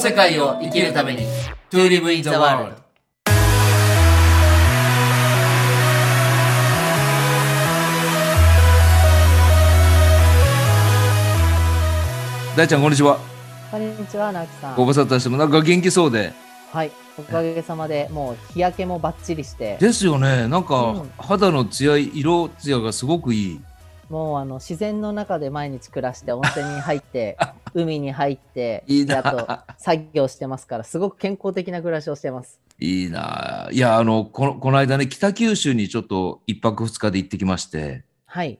世界を生きるために To live in the world 大ちゃんこんにちはこんにちは、直樹さんご。無沙汰してもなんか元気そうではい、おかげさまで、もう日焼けもバッチリして、ですよねなんかうん肌の艶い色艶がすごくいいもうあの自然の中で毎日暮らして、温泉に入 って、海に入って、いいでなあと作業してますから、すごく健康的な暮らしをしてます。いいないやあのこのこの間ね北九州にちょっと一泊二日で行ってきましてはい。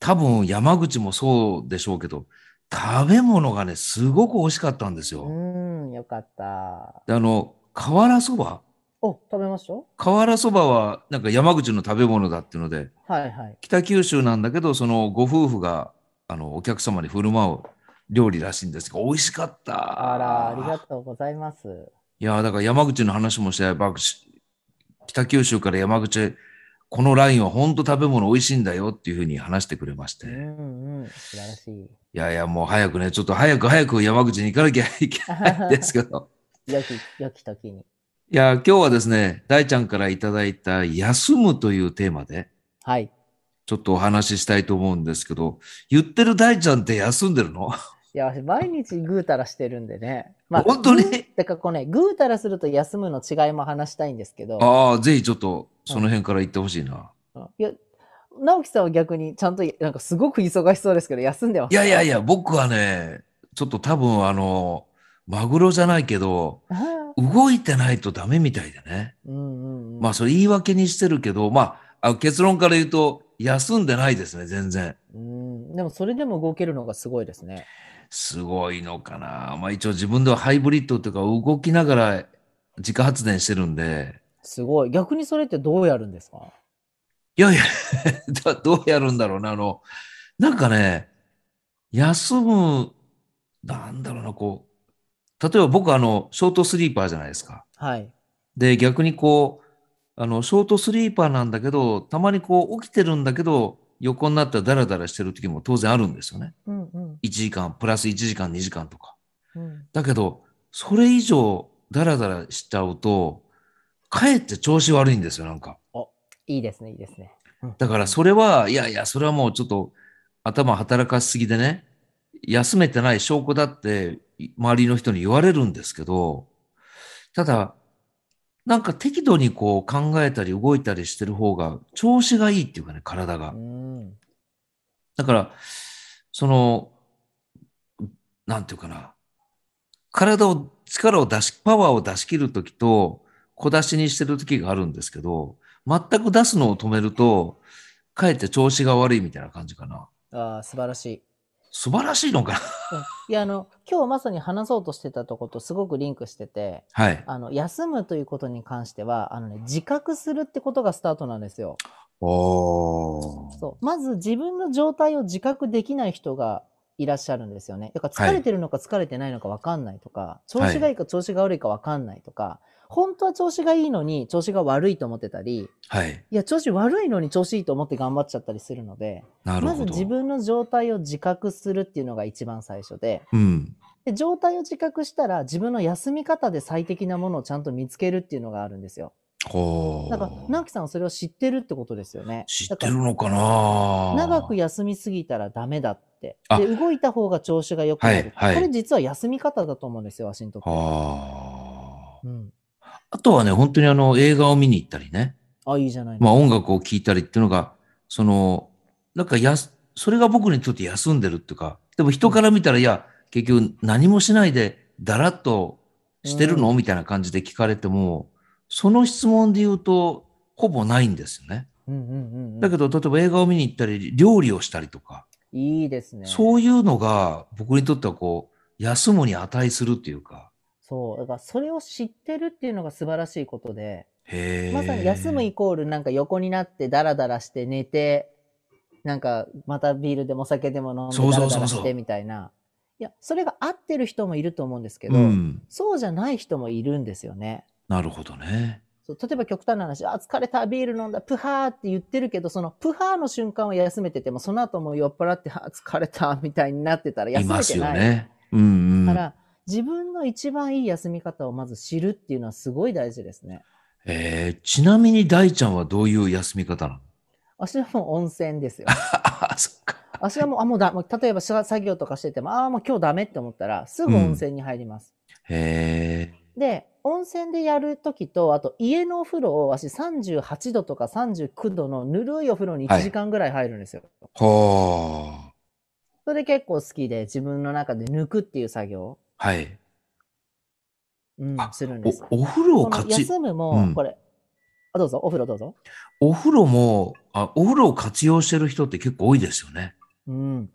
多分山口もそうでしょうけど食べ物がねすごく美味しかったんですうよ、ーん、よかった。であの瓦そばお、食べましょ瓦そばはなんか山口の食べ物だっていうのでう。はいはい。北九州なんだけどそのご夫婦があのお客様に振る舞う料理らしいんですが美味しかったあら、ありがとうございます。いやーだから山口の話もしてやっぱし北九州から山口へこのラインは本当食べ物美味しいんだよっていうふうに話してくれましうて、いんうん、素晴らしい。やいやもう早くねちょっと早く早く山口に行かなきゃいけない ん ですけど良き、良き時に。いやー今日はですね大ちゃんからいただいた「休む」というテーマではい。ちょっとお話ししたいと思うんですけど言ってる大ちゃんって休んでるのいや、毎日ぐうたらしてるんでね。まあ、本当にぐうだからこうね、ぐうたらすると休むの違いも話したいんですけど、ああぜひちょっとその辺から言ってほしいな。いや、直樹さんは逆にちゃんと、なんかすごく忙しそうですけど、休んでます。いやいやいや、僕はね、ちょっと多分あの、マグロじゃないけど、あー動いてないとダメみたいでね。うんうんうん。まあ、それ言い訳にしてるけど、まあ、あ結論から言うと、休んでないですね、全然。うん。でも、それでも動けるのがすごいですね。すごいのかな。まあ、一応自分ではハイブリッドというか、動きながら自家発電してるんで、すごい。逆にそれってどうやるんですかいやいや、 どどうやるんだろうな、あの、なんかね、休む、なんだろうな、こう、例えば僕あの、ショートスリーパーじゃないですか。はい。で、逆にこう、あの、ショートスリーパーなんだけど、たまにこう、起きてるんだけど、横になったらダラダラしてる時も当然あるんですよね。うんうん。 1時間、プラス1時間、2時間とか。うん、だけど、それ以上、ダラダラしちゃうと、かえって調子悪いんですよ、なんか。いいですね、いいですね。だから、それは、いやいや、それはもうちょっと、頭働かしすぎでね、休めてない証拠だって、い周りの人に言われるんですけど、ただ、なんか適度にこう考えたり動いたりしてる方が調子がいいっていうかね、体がう。ん。だから、その、なんていうかな、体を、力を出し、パワーを出し切るときと、小出しにしてるときがあるんですけど、全く出すのを止めると、かえって調子が悪いみたいな感じかな。ああ、素晴らしい。素晴らしいのかな いや、あの、今日まさに話そうとしてたとことすごくリンクしてて、はい。あの、休むということに関しては、あのね、自覚するってことがスタートなんですよ。おそう。まず自分の状態を自覚できない人がいらっしゃるんですよね。だから疲れてるのか疲れてないのか分かんないとか、調子がいいか調子が悪いか分かんないとか、本当は調子がいいのに調子が悪いと思ってたり、はい。いや、調子悪いのに調子いいと思って頑張っちゃったりするので、なるまほずど。自分の状態を自覚するっていうのが一番最初で、うん。で状態を自覚したら自分の休み方で最適なものをちゃんと見つけるっていうのがあるんですよ。おだから、直樹さんはそれを知ってるってことですよね。知ってだるかのかなら長く休みすぎたらダメだって。あで、動いた方が調子が良くなる。はいはいこれ実は休み方だと思うんですよ、ワシントンって。あーうん。あとはね、本当にあの、映画を見に行ったりね。あ、いいじゃないまの。あ音楽を聴いたりっていうのが、その、なんかやす、それが僕にとって休んでるっていうか、でも人から見たら、いや、結局何もしないで、だらっとしてるの、みたいな感じで聞かれても、その質問で言うと、ほぼないんですよね。うんうんうんうん。だけど、例えば映画を見に行ったり、料理をしたりとか、いいですね。そう。そういうのが僕にとってはこう、休むに値するっていうか、だから、それを知ってるっていうのが素晴らしいことで、へーまさに休むイコールなんか横になってダラダラして寝て、なんかまたビールでもお酒でも飲んそうでダそうそうそうラダラしてみたいな。いや、それが合ってる人もいると思うんですけど、うん。そうじゃない人もいるんですよね。なるほどね。そう例えば極端な話、あ、疲れた、ビール飲んだ、プハーって言ってるけど、そのプハーの瞬間は休めてても、その後もう酔っ払って、あ、疲れた、みたいになってたらい休まめすてよない。ね。うん、うん。だから、自分の一番いい休み方をまず知るっていうのはすごい大事ですね。えー、ちなみに大ちゃんはどういう休み方なの私はもう温泉です よ。あ、そっか。私はもう、あ、もうだ、もう例えばし作業とかしてても、ああ、もう今日ダメって思ったら、すぐ温泉に入ります。へで、温泉でやるときと、あと家のお風呂を、私38度とか39度のぬるいお風呂には1い時間ぐらい入るんですよ。ー。はそれ結構好きで、自分の中で抜くっていう作業を、あ。はい。うんあ、するんです。お、お風呂をこのかち、休むうもん、これ、あ、どうぞ、お風呂どうぞ。お風呂も、あ、お風呂を活用してる人って結構多いですよね。うん。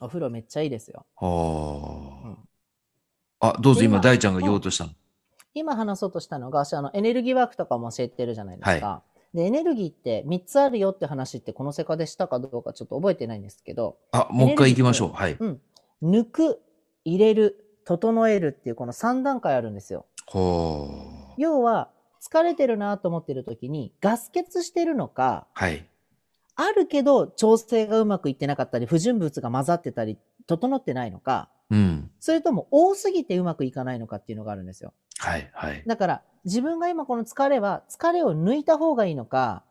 お風呂めっちゃいいですよ。うはんあ。あ、どうぞで今今大ちゃんが言おうとしたの。今話そうとしたのが、私あのエネルギーワークとかも教えてるじゃないですか。で、エネルギーって3つあるよって話ってこの世界でしたかどうかちょっと覚えてないんですけど、あ、もう一回行きましょう。はい。うん。抜く、入れる、整えるっていうこの3段階あるんですよ。はあ。要は、疲れてるなと思ってる時に、ガス欠してるのか、はい。あるけど調整がうまくいってなかったり、不純物が混ざってたり、整ってないのか、うん。それとも多すぎてうまくいかないのかっていうのがあるんですよ。はい。はい。だから自分が今この疲れは疲れを抜いた方がいいのか、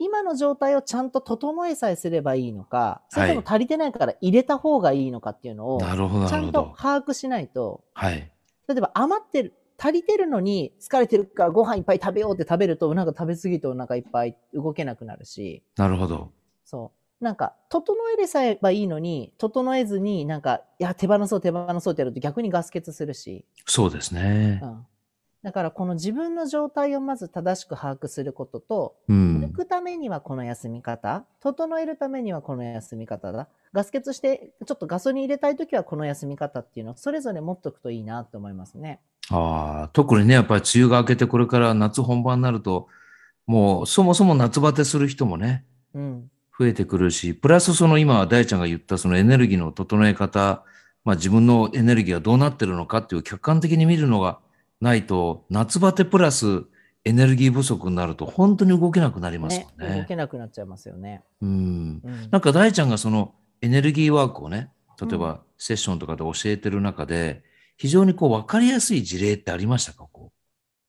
今の状態をちゃんと整えさえすればいいのか、それとも足りてないから入れた方がいいのかっていうのを、なるほど、ちなゃるほんとど。把握しないと、はい。例えば余ってる、足りてるのに疲れてるからご飯いっぱい食べようって食べると、なんか食べ過ぎてお腹いっぱい動けなくなるし、なるほど。そう。なんか、整えれさえばいいのに、整えずになんか、いや、手放そう手放そうってやると逆にガス欠するし、そうですねう。んだからこの自分の状態をまず正しく把握することと、う抜ん。くためにはこの休み方、整えるためにはこの休み方だ、ガス欠して、ちょっとガソリン入れたいときはこの休み方っていうのをそれぞれ持っとくといいなと思いますね。ああ、特にね、やっぱり梅雨が明けてこれから夏本番になると、もうそもそも夏バテする人もね、うん。増えてくるし、プラスその今、大ちゃんが言ったそのエネルギーの整え方、まあ自分のエネルギーがどうなってるのかっていう客観的に見るのがないと、夏バテプラスエネルギー不足になると本当に動けなくなりますねもん動ね。けなくなっちゃいますよね。うん。うんなんか大ちゃんがそのエネルギーワークをね、例えばセッションとかで教えてる中で、非常にこう分かりやすい事例ってありましたかこ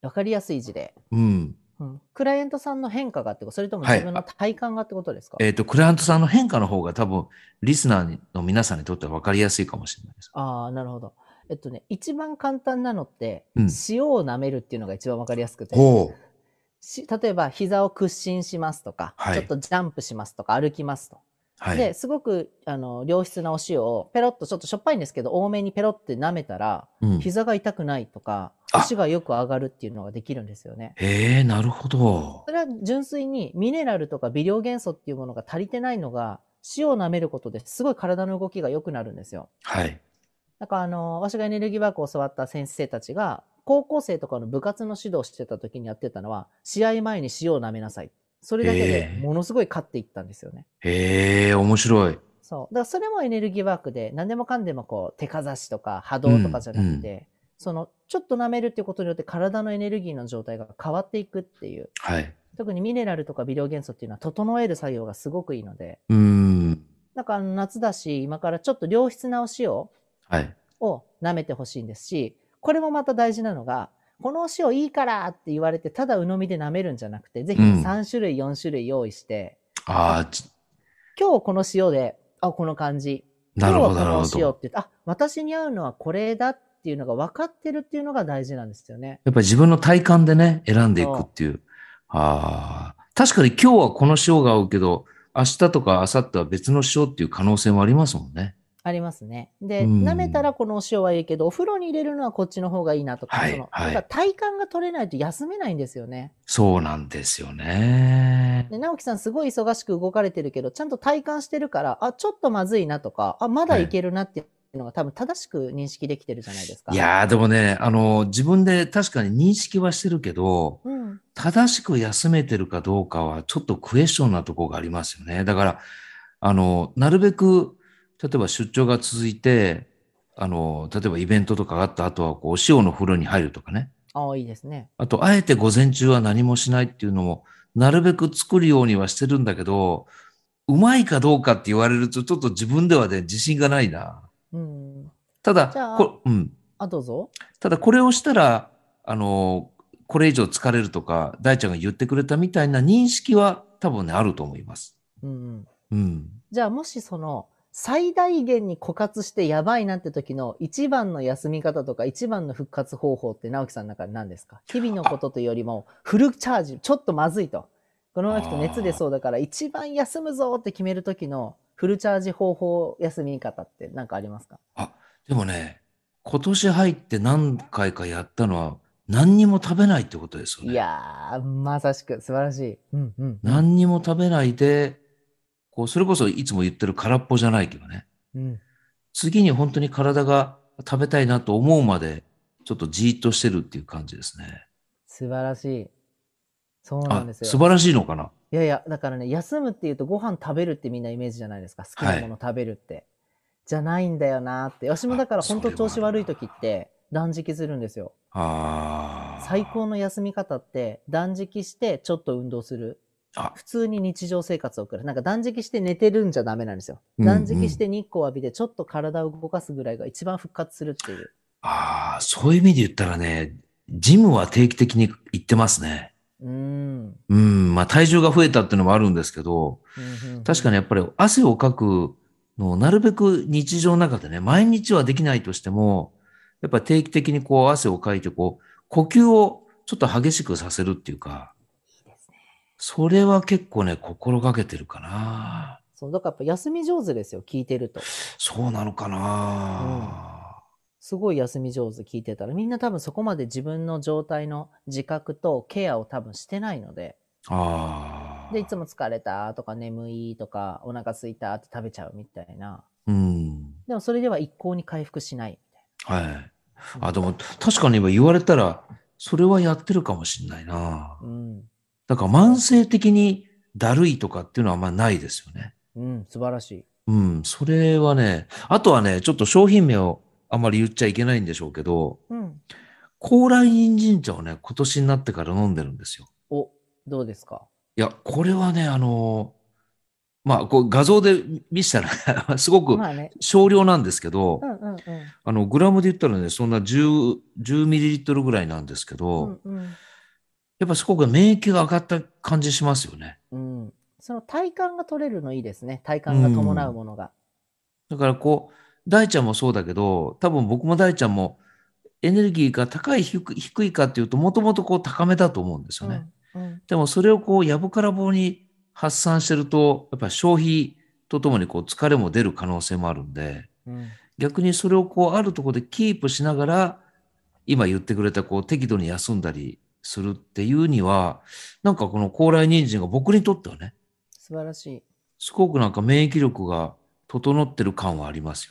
わかりやすい事例。う。うん。うんクライアントさんの変化がってこと、それともはい自分の体感がってことですか、えっ、と、クライアントさんの変化の方が多分、リスナーの皆さんにとっては分かりやすいかもしれないです。ああ、なるほど。えっとね、一番簡単なのって、うん塩を舐めるっていうのが一番わかりやすくて。ほう。し例えば膝を屈伸しますとか、はいちょっとジャンプしますとか歩きますと、はい。ですごくあの良質なお塩をペロッとちょっとしょっぱいんですけど多めにペロッて舐めたらうん、へ膝が痛くないとかあ足がよく上がるっていうのができるんですよね。え、なるほどそ。れは純粋にミネラルとか微量元素っていうものが足りてないのが塩を舐めることですごい体の動きが良くなるんですよ。はい。なんかあの私がエネルギーワークを教わった先生たちが高校生とかの部活の指導をしてた時にやってたのは試合前に塩を舐めなさいそれだけへでえものすごい勝っていったんですよね、へえ、面白い。そうだからそれもエネルギーワークで何でもかんでもこう手かざしとか波動とかじゃなくて、そのちょっと舐めるっていうことによって体のエネルギーの状態が変わっていくっていうはい。特にミネラルとか微量元素っていうのは整える作業がすごくいいのでうーん。なんかあの夏だし今からちょっと良質なお塩はい。を舐めてほしいんですし、これもまた大事なのが、このお塩いいからって言われて、ただ鵜呑みで舐めるんじゃなくて、ぜひうん3種類、4種類用意して、ああ、ち今日この塩で、あ、この感じ。なるほど、今日なるはほこの塩っど。て言って、あ、私に合うのはこれだっていうのが分かってるっていうのが大事なんですよね。やっぱり自分の体感でね、選んでいくっていう。ああ、確かに今日はこの塩が合うけど、明日とか明後日は別の塩っていう可能性もありますもんね。ありますね。で、うん舐めたらこのお塩はいいけど、お風呂に入れるのはこっちの方がいいなとか、はいその、はいなんか体感が取れないと休めないんですよね。そうなんですよね。で直樹さんすごい忙しく動かれてるけどちゃんと体感してるからあちょっとまずいなとかあまだいけるなっていうのが多分正しく認識できてるじゃないですか。いやーでもね、あの、自分で確かに認識はしてるけど、うん、正しく休めてるかどうかはちょっとクエスチョンなとこがありますよね。だから、あの、なるべく、例えば出張が続いて、あの、例えばイベントとかがあった後は、こう、お塩の風呂に入るとかね。ああいいですね。あと、あえて午前中は何もしないっていうのも、なるべく作るようにはしてるんだけど、うまいかどうかって言われると、ちょっと自分ではね、自信がないな。うん、たじゃだあこ、うん、あ、どうぞ。ただこれをしたら、あの、これ以上疲れるとか、大ちゃんが言ってくれたみたいな認識は多分ね、あると思います。うんうん。うん。じゃあ、もしその、最大限に枯渇してやばいなって時の一番の休み方とか一番の復活方法って直樹さんの中で何ですか日々のことというよりもフルチャージ、ちょっとまずいと。このままちょっと熱出そうだから一番休むぞって決める時のフルチャージ方法休み方って何かありますかでもね、今年入って何回かやったのは、何にも食べないってことですよね。いやー、まさしく素晴らしい。うんうん。何にも食べないで、こう、それこそいつも言ってる空っぽじゃないけどね。うん。次に本当に体が食べたいなと思うまで、ちょっとじーっとしてるっていう感じですね。素晴らしい。そうなんですよ。素晴らしいのかないやいや、だからね、休むっていうとご飯食べるってみんなイメージじゃないですか。好きなもの食べるって。じゃないんだよなーって。私もだからあそれ本はあ当る調子悪い時って断食するんですよ。ああ。最高の休み方って断食してちょっと運動する。あ普通に日常生活を送る。なんか断食して寝てるんじゃダメなんですよ。うんう断ん食して日光浴びてちょっと体を動かすぐらいが一番復活するっていう。ああ、そういう意味で言ったらね、ジムは定期的に行ってますね。うーん。うん、まあ体重が増えたっていうのもあるんですけど、確かにに。やっぱり汗をかくのをなるべく日常の中でね、毎日はできないとしても、やっぱ定期的にこう汗をかいてこう、呼吸をちょっと激しくさせるっていうか、それは結構ね、心がけてるかな。そう、だからやっぱ休み上手ですよ。聞いてると。そうなのかな。すごい休み上手聞いてたら、みんな多分そこまで自分の状態の自覚とケアを多分してないので、ああ。で、いつも疲れたとか眠いとかお腹空いたって食べちゃうみたいな。うん。でもそれでは一向に回復しない。はい。うあ、んでも確かに今言われたら、それはやってるかもしれないな。うん。だから慢性的にだるいとかっていうのはあんまないですよね。うん、素晴らしい。うん、それはね、あとはね、ちょっと商品名をあんまり言っちゃいけないんでしょうけど、うん。高麗人参茶をね、今年になってから飲んでるんですよ。お、どうですかいや、これはね、あのーまあ、こう画像で見せたら すごくまあね。少量なんですけど、うんうんあの、グラムで言ったらね、そんな10、10ミリリットルぐらいなんですけうど、ん。うんやっぱすごく免疫が上がった感じしますよね。うん。うん。その体感が取れるのいいですね。体感が伴うものが。だからこう、大ちゃんもそうだけど、多分僕も大ちゃんもエネルギーが高い、低い低いかっていうと、もともとこう高めだと思うんですよね。うんうんでもそれをこう、やぶから棒に発散してると、やっぱり消費とともにこう疲れも出る可能性もあるんで、うん。逆にそれをこう、あるところでキープしながら、今言ってくれたこう、適度に休んだりするっていうには、なんかこの高麗人参が僕にとってはね、素晴らしい。すごくなんか免疫力が整ってる感はあります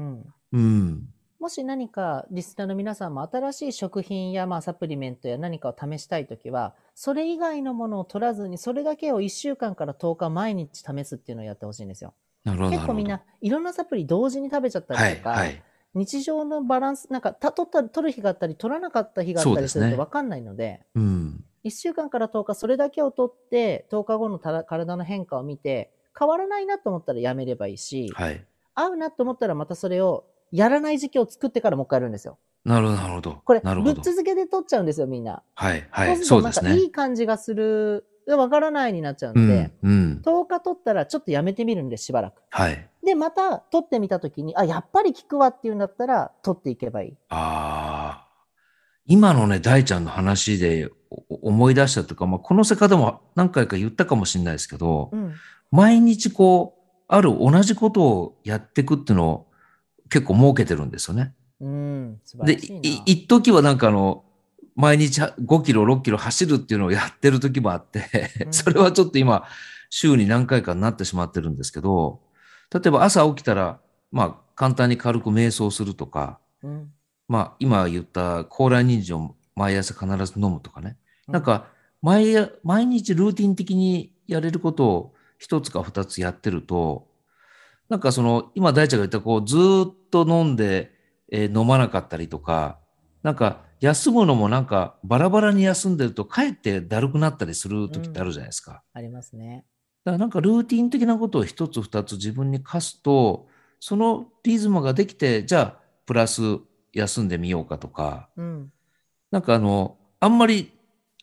うん。うん。もし何かリスナーの皆さんも新しい食品やまあサプリメントや何かを試したいときは、それ以外のものを取らずに、それだけを1週間から10日毎日試すっていうのをやってほしいんですよ。なるほど。結構みんな、いろんなサプリ同時に食べちゃったなるほど、はりい、とか、はい。日常のバランス、なんかた取った取る日があったり、取らなかった日があったりすそうるですとね分かんないので、うん。 1週間から10日それだけを取って、10日後のたら体の変化を見て、変わらないなと思ったらやめればいいし、はい。合うなと思ったらまたそれをやらない時期を作ってからもう一回やるんですよ。なるほど、なるほど。これ、ぶなるっほど。続けて取っちゃうんですよ、みんな。はい、はい。そそうすうるでとすなんかいね。い感じがする、わからないになっちゃううのでん、、うん。 10日取ったらちょっとやめてみるんで、しばらく。はい。で、また取ってみたときに、あ、やっぱり効くわっていうんだったら、取っていけばいい。ああ。今のね、大ちゃんの話でおお思い出したというか、まあ、この世界でも何回か言ったかもしれないですけどう、ん。毎日こう、ある同じことをやっていくっていうのを結構設けてるんですよね。うん、素で、晴らしいいな。一時はなんかあの、毎日は5キロ、6キロ走るっていうのをやってる時もあって、うんそれはちょっと今、週に何回かになってしまってるんですけど、例えば朝起きたら、まあ、簡単に軽く瞑想するとか、うん、まあ、今言った高麗人参を毎朝必ず飲むとかね。うんなんか、毎、毎日ルーティン的にやれることを一つか二つやってると、なんかその、今大ちゃんが言った、こう、ずーっと飲んで、えー飲まなかったりとか、なんか、休むのもなんか、バラバラに休んでると、かえってだるくなったりする時ってあるじゃないですか。ありますね。だからなんかルーティン的なことを一つ二つ自分に課すと、そのリズムができて、じゃあプラス休んでみようかとか、うん。なんかあの、あんまり、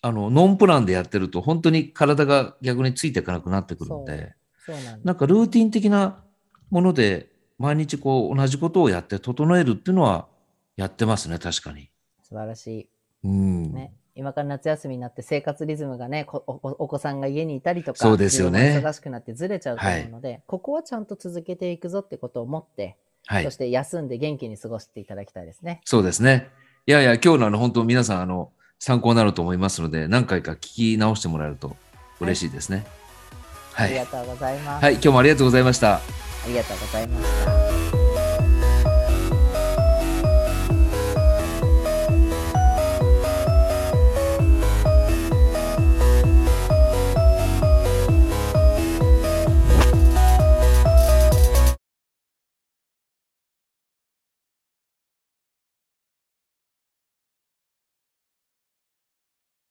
あの、ノンプランでやってると、本当に体が逆についていかなくなってくるんで、そうなんなだ。んかルーティン的なもので、毎日こう、同じことをやって整えるっていうのは、やってますね、確かに。素晴らしうん。い。ね。今から夏休みになって生活リズムがね、こおおお子さんが家にいたりとか、そうですよね自分が忙しくなってずれちゃうと思うので、ここはちゃんと続けていくぞってことを思って、はそいし。て休んで元気に過ごしていただきたいですね。そうですね。いやいや、今日のあの、本当皆さん、あの、参考になると思いますので、何回か聞き直してもらえると嬉しいですね。はありい。がとうございます。はい、今日もありがとうございました。ありがとうございました。